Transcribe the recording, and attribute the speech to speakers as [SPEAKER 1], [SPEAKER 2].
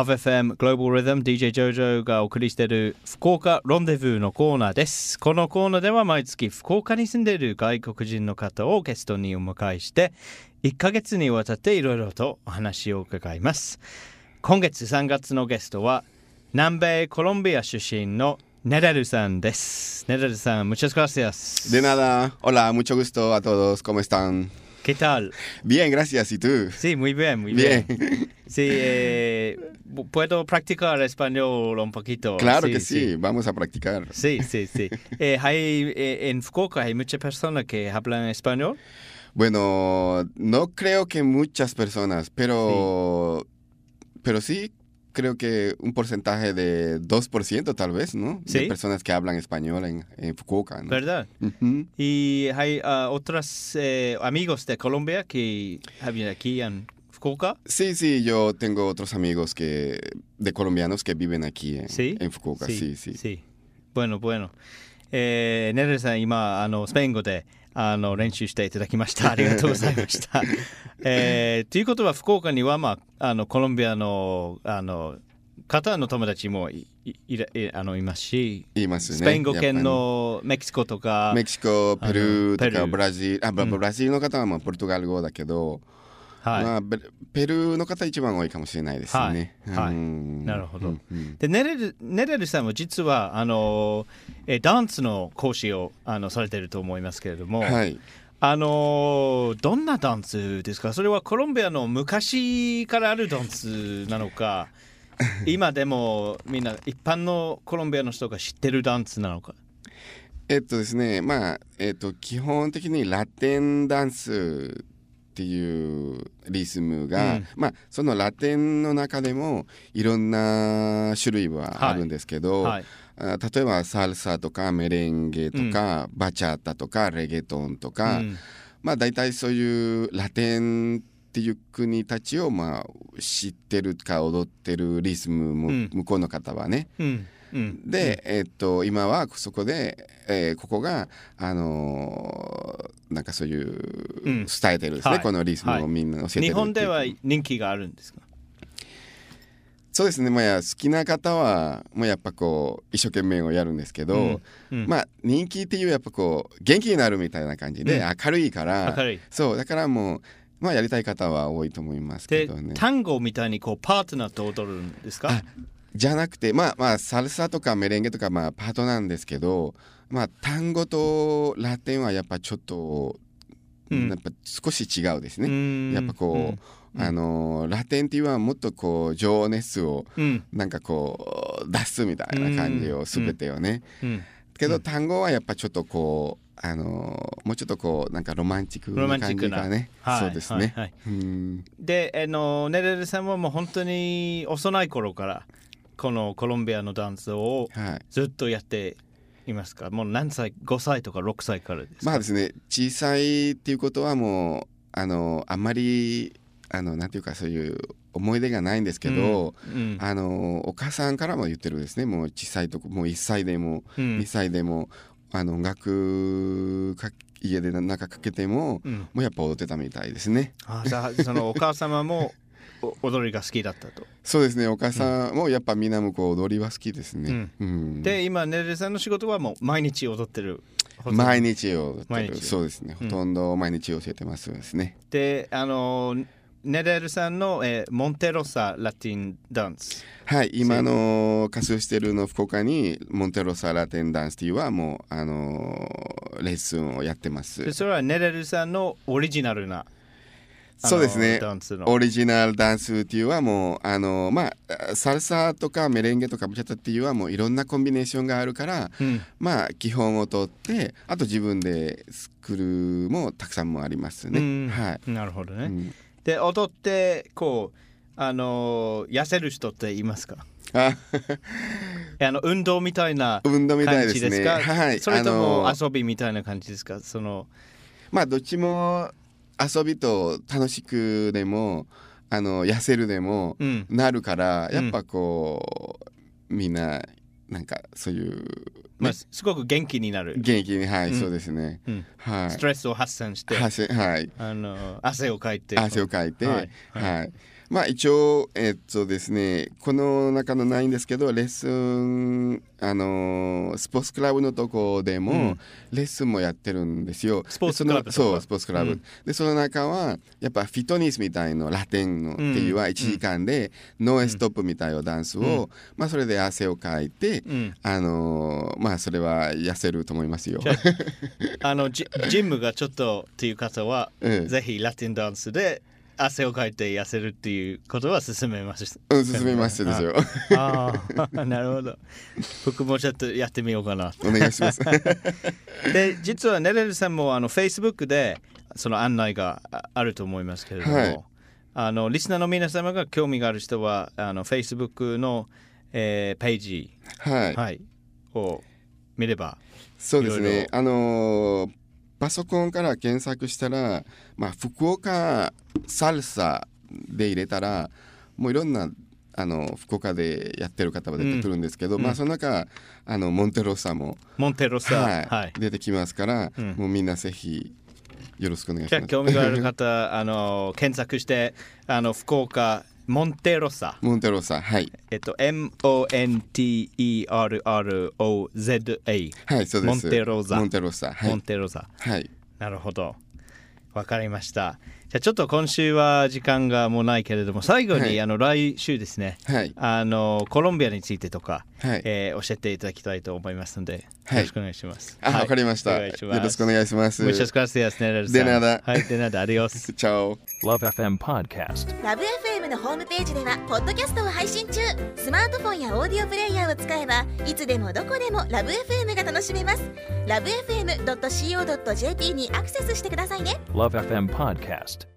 [SPEAKER 1] LoveFM グローバルリズム DJ ジョジョがお送りしている福岡ロンデブーのコーナーですこのコーナーでは毎月福岡に住んでいる外国人の方をゲストにお迎えして1ヶ月にわたっていろいろとお話を伺います今月3月のゲストは南米コロンビア出身のネダルさんですネダルさん muchas gracias
[SPEAKER 2] De nada. Hola, mucho gusto a todos. ¿Cómo están?
[SPEAKER 1] ¿Qué tal?
[SPEAKER 2] Bien, gracias. ¿Y tú?
[SPEAKER 1] Sí, muy bien, muy bien.
[SPEAKER 2] Bien.
[SPEAKER 1] Sí, eh, pu- puedo practicar español un poquito.
[SPEAKER 2] Claro que sí. Vamos a practicar.
[SPEAKER 1] Sí, sí, sí. Eh, hay, eh, en Fukuoka hay muchas personas que hablan español.
[SPEAKER 2] Bueno, no creo que muchas personas, pero pero sí creo que un porcentaje de 2% tal vez, ¿no?
[SPEAKER 1] Sí.
[SPEAKER 2] De personas que hablan español en, en Fukuoka, ¿no?
[SPEAKER 1] ¿Verdad?
[SPEAKER 2] Ujú.
[SPEAKER 1] Y hay ah, otros eh, amigos de Colombia que viven aquí en Fukuoka.
[SPEAKER 2] Sí, sí, yo tengo otros amigos que de colombianos que viven aquí en,
[SPEAKER 1] Sí.
[SPEAKER 2] en Fukuoka, sí, sí.
[SPEAKER 1] Bueno, bueno.えー、ネルさん、今、あのスペイン語であの練習していただきました。ありがとうございま した。えーということは、福岡には、まあ、あのコロンビアのあの方の友達もいいいらいあのいますし、
[SPEAKER 2] いますね
[SPEAKER 1] スペイン語圏
[SPEAKER 2] やっ
[SPEAKER 1] のメキシコとか、
[SPEAKER 2] メキシコ、ペルーと
[SPEAKER 1] あ
[SPEAKER 2] か
[SPEAKER 1] のペルー
[SPEAKER 2] ブラジル、あ、ブラブラジルの方はまあポルトガル語だけど、
[SPEAKER 1] はい
[SPEAKER 2] まあ、ベルペルーの方一番多いかもしれないですね。
[SPEAKER 1] はいはい
[SPEAKER 2] うん
[SPEAKER 1] なるほど
[SPEAKER 2] うんうん
[SPEAKER 1] でネレルネレルさんも実はあの、えーダンスの講師をあのされていると思いますけれども、
[SPEAKER 2] はい。
[SPEAKER 1] あのーどんなダンスですかそれはコロンビアの昔からあるダンスなの か今でもみんな一般のコロンビアの人が知ってるダンスなのか
[SPEAKER 2] えっとですね、まあ、えっと、基本的にラテンダンスっていうリズムが、
[SPEAKER 1] うん
[SPEAKER 2] まあ、そのラテンの中でもいろんな種類はあるんですけど、
[SPEAKER 1] はい
[SPEAKER 2] あ例えばサルサとかメレンゲとか、バチャータとかレゲトンとか、
[SPEAKER 1] うん
[SPEAKER 2] まあ大体そういうラテンっていう国たちをまあ知ってるか踊ってるリズムも
[SPEAKER 1] うん
[SPEAKER 2] 向こうの方はね。
[SPEAKER 1] うんうん
[SPEAKER 2] で、えっと今はそこで、えーここがあのーなんかそういう、
[SPEAKER 1] うん
[SPEAKER 2] 伝えてるですね、
[SPEAKER 1] はい
[SPEAKER 2] このリズムをみんな教えてるってい
[SPEAKER 1] 日
[SPEAKER 2] う
[SPEAKER 1] 本では人気があるんですか
[SPEAKER 2] そうですね、まあ、好きな方はもうやっぱこう一生懸命をやるんですけど、
[SPEAKER 1] うん
[SPEAKER 2] まあ人気っていうやっぱこう元気になるみたいな感じで、
[SPEAKER 1] う
[SPEAKER 2] 明るいから
[SPEAKER 1] 明るい
[SPEAKER 2] そうだからもうまあやりたい方は多いと思いますけ
[SPEAKER 1] で、
[SPEAKER 2] どね
[SPEAKER 1] 単語みたいにこうパートナーと踊るんですか
[SPEAKER 2] あじゃなくてまあまあサルサとかメレンゲとかまあパートなんですけどまあ単語とラテンはやっぱちょっと、
[SPEAKER 1] うん
[SPEAKER 2] やっぱ少し違うですね、
[SPEAKER 1] や
[SPEAKER 2] やっぱこう、あのーラテンっていうのはもっとこう情熱を
[SPEAKER 1] うんうん
[SPEAKER 2] なんかこう出すみたいな感じ
[SPEAKER 1] う
[SPEAKER 2] を
[SPEAKER 1] ん
[SPEAKER 2] 全てをね、
[SPEAKER 1] うん
[SPEAKER 2] け
[SPEAKER 1] う
[SPEAKER 2] ど
[SPEAKER 1] ん
[SPEAKER 2] 単語はやっぱちょっとこうあのーもうちょっとこうなんかロマンチック
[SPEAKER 1] ロマ
[SPEAKER 2] な
[SPEAKER 1] ンチッ
[SPEAKER 2] 感
[SPEAKER 1] ク
[SPEAKER 2] じ
[SPEAKER 1] な
[SPEAKER 2] がね、
[SPEAKER 1] はい
[SPEAKER 2] そうですね、
[SPEAKER 1] はいはい
[SPEAKER 2] うん
[SPEAKER 1] で、あのネレルさんはもう本当に幼い頃からこのコロンビアのダンスを
[SPEAKER 2] はい
[SPEAKER 1] ずっとやっていますかもう何歳5歳とか6歳からですか、
[SPEAKER 2] まあですね小さいっていうことはもうあのあんまりあのなんていうかそういう思い出がないんですけど、
[SPEAKER 1] うん
[SPEAKER 2] あのお母さんからも言ってるですねもう小さいとこもう1歳でも
[SPEAKER 1] うん
[SPEAKER 2] 2歳でも、あの音楽か家で中かけても、
[SPEAKER 1] うん
[SPEAKER 2] もうやっぱ踊ってたみたいですね
[SPEAKER 1] あじゃあそのお母様もお 踊りが好きだったと、
[SPEAKER 2] そうですねお母さんもやっぱみんな向こう踊りは好きですね、うん
[SPEAKER 1] で今ネレルさんの仕事はもう毎日踊ってる
[SPEAKER 2] 毎日を
[SPEAKER 1] 毎日
[SPEAKER 2] そうですね、
[SPEAKER 1] うん
[SPEAKER 2] ほとんど毎日教えてますですね
[SPEAKER 1] であのネレルさんの、えーモンテロサラティンダンス
[SPEAKER 2] はい今の活動してるの福岡にモンテロサラテンダンスっていうはもうあのーレッスンをやってます
[SPEAKER 1] でそれはネレルさんのオリジナルなあの
[SPEAKER 2] そうですね
[SPEAKER 1] ダンスの
[SPEAKER 2] オリジナルダンスっていうはもうあのーまあサルサとかメレンゲとかブチャタっていうはもういろんなコンビネーションがあるから
[SPEAKER 1] うん
[SPEAKER 2] まあ基本をとってあと自分で作るもたくさんもありますね、
[SPEAKER 1] うん
[SPEAKER 2] はい、
[SPEAKER 1] なるほどね、
[SPEAKER 2] うん
[SPEAKER 1] で踊ってこうあのー痩せる人っていますか
[SPEAKER 2] あ
[SPEAKER 1] あの運動みたいな
[SPEAKER 2] 運動みたい
[SPEAKER 1] 感
[SPEAKER 2] で
[SPEAKER 1] じ
[SPEAKER 2] す
[SPEAKER 1] です
[SPEAKER 2] ね
[SPEAKER 1] か
[SPEAKER 2] はい
[SPEAKER 1] それと
[SPEAKER 2] あの
[SPEAKER 1] も
[SPEAKER 2] ー
[SPEAKER 1] 遊びみたいな感じですかその
[SPEAKER 2] まあどっちも遊びと楽しくでもあの痩せるでも
[SPEAKER 1] うん
[SPEAKER 2] なるから、
[SPEAKER 1] うん
[SPEAKER 2] やっぱこうみんななんかそういう、
[SPEAKER 1] まあ
[SPEAKER 2] ね
[SPEAKER 1] すごく元気になる、
[SPEAKER 2] 元気にはい、
[SPEAKER 1] うん
[SPEAKER 2] そうですね
[SPEAKER 1] うん
[SPEAKER 2] は
[SPEAKER 1] ス
[SPEAKER 2] い
[SPEAKER 1] トレスを発散して、
[SPEAKER 2] 汗はい
[SPEAKER 1] あのー汗をかいて
[SPEAKER 2] 汗をかいて
[SPEAKER 1] は
[SPEAKER 2] はいい、
[SPEAKER 1] は
[SPEAKER 2] まあ一応、えっとですね、この中のないんですけど、レッスン、あのースポーツクラブのとこでも、
[SPEAKER 1] うん
[SPEAKER 2] レッスンもやってるんですよ。
[SPEAKER 1] スポーツクラブと
[SPEAKER 2] で
[SPEAKER 1] か
[SPEAKER 2] そのそう、スポーツクラブ。
[SPEAKER 1] うん
[SPEAKER 2] で、その中は、やっぱフィットネスみたいの、ラテンのっていうは
[SPEAKER 1] うん
[SPEAKER 2] 1時間で、ノーストップみたいなダンスを、
[SPEAKER 1] うん
[SPEAKER 2] まあそれで汗をかいて、
[SPEAKER 1] うん、
[SPEAKER 2] あのーまあそれは痩せると思いま すよ
[SPEAKER 1] じ。ゃあのジジムがちょっとっていう方は、
[SPEAKER 2] うん
[SPEAKER 1] ぜひラテンダンスで汗をかいて痩せるっていうことは勧めます。
[SPEAKER 2] うん、 進めますですよ。
[SPEAKER 1] ああ、 なるほど。僕もちょっとやってみようかな。
[SPEAKER 2] お願いします。
[SPEAKER 1] で、実はねれるさんもあの Facebook でその案内がああると思いますけれども、
[SPEAKER 2] はい
[SPEAKER 1] あのリスナーの皆様が興味がある人はあの Facebook の、えーページ、
[SPEAKER 2] はい。
[SPEAKER 1] はい、を見れば。
[SPEAKER 2] そうです
[SPEAKER 1] いろい
[SPEAKER 2] ね
[SPEAKER 1] ろ。
[SPEAKER 2] あのーパソコンから検索したら、まあ、福岡サルサで入れたら、もういろんな、あの福岡でやってる方が出てくるんですけど、
[SPEAKER 1] うん
[SPEAKER 2] ま
[SPEAKER 1] う
[SPEAKER 2] あ
[SPEAKER 1] ん
[SPEAKER 2] その中あのモンテロッサも、
[SPEAKER 1] モンテロさん、
[SPEAKER 2] はい
[SPEAKER 1] はい、
[SPEAKER 2] 出てきますから、
[SPEAKER 1] うん
[SPEAKER 2] もうみんなぜひよろしくお願いし
[SPEAKER 1] じゃあ
[SPEAKER 2] ます。
[SPEAKER 1] 興味がある 方あの検索してあの福岡モンテロサ、
[SPEAKER 2] モンテロッサはい
[SPEAKER 1] えっと、MONTERROZA、
[SPEAKER 2] はいそうです。
[SPEAKER 1] モンテロッサ
[SPEAKER 2] モンテロッサは
[SPEAKER 1] モン
[SPEAKER 2] い
[SPEAKER 1] テロサ
[SPEAKER 2] はい
[SPEAKER 1] なるほどわかりましたじゃあちょっと今週は時間がもうないけれども最後に、
[SPEAKER 2] はい
[SPEAKER 1] あの来週ですね
[SPEAKER 2] はい
[SPEAKER 1] あのコロンビアについてとか、
[SPEAKER 2] はい。
[SPEAKER 1] えー教えていただきたいと思いますので、
[SPEAKER 2] はい
[SPEAKER 1] よろしくお願いします
[SPEAKER 2] あ、わ、
[SPEAKER 1] はい
[SPEAKER 2] かりました。
[SPEAKER 1] お
[SPEAKER 2] よ
[SPEAKER 1] 願いします
[SPEAKER 2] ろしくお願いします。
[SPEAKER 1] Muchas gracias, Nerel さん
[SPEAKER 2] De nada.
[SPEAKER 1] はい、でなだ、アディオス。
[SPEAKER 2] チャオ。
[SPEAKER 3] Love FM Podcast.
[SPEAKER 4] ラブ f m のホームページではポッドキャストを配信中スマートフォンやオーディオプレイヤーを使えばいつでもどこでもラブ f m が楽しめますラブ FM.co.jp にアクセスしてくださいね
[SPEAKER 3] Love FM Podcast.